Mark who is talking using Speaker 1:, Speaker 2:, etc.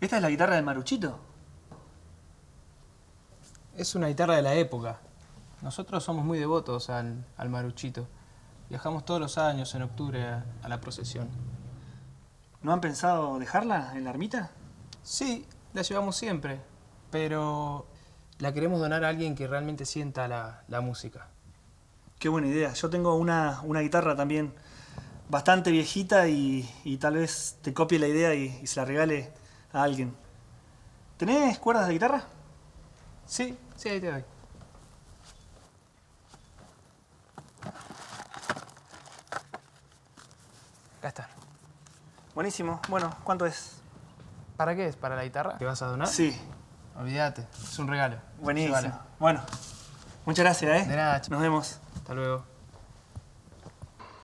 Speaker 1: ¿Esta es la guitarra de Maruchito?
Speaker 2: Es una guitarra de la época. Nosotros somos muy devotos al, al maruchito. Viajamos todos los años en octubre a, a la procesión.
Speaker 1: ¿No han pensado dejarla en la ermita?
Speaker 2: Sí, la llevamos siempre, pero la queremos donar a alguien que realmente sienta la, la música.
Speaker 1: Qué buena idea. Yo tengo una, una guitarra también bastante viejita y, y tal vez te copie la idea y, y se la regale a alguien. ¿Tenés cuerdas de guitarra?
Speaker 2: Sí, sí, ahí te doy. Acá está.
Speaker 1: Buenísimo. Bueno, ¿cuánto es?
Speaker 2: ¿Para qué es? ¿Para la guitarra? ¿Te vas a donar?
Speaker 1: Sí,
Speaker 2: Olvídate, es un regalo.
Speaker 1: buenísimo.
Speaker 2: Llévala.
Speaker 1: Bueno, muchas gracias, ¿eh?
Speaker 2: De nada, ch-
Speaker 1: Nos vemos.
Speaker 2: Hasta luego.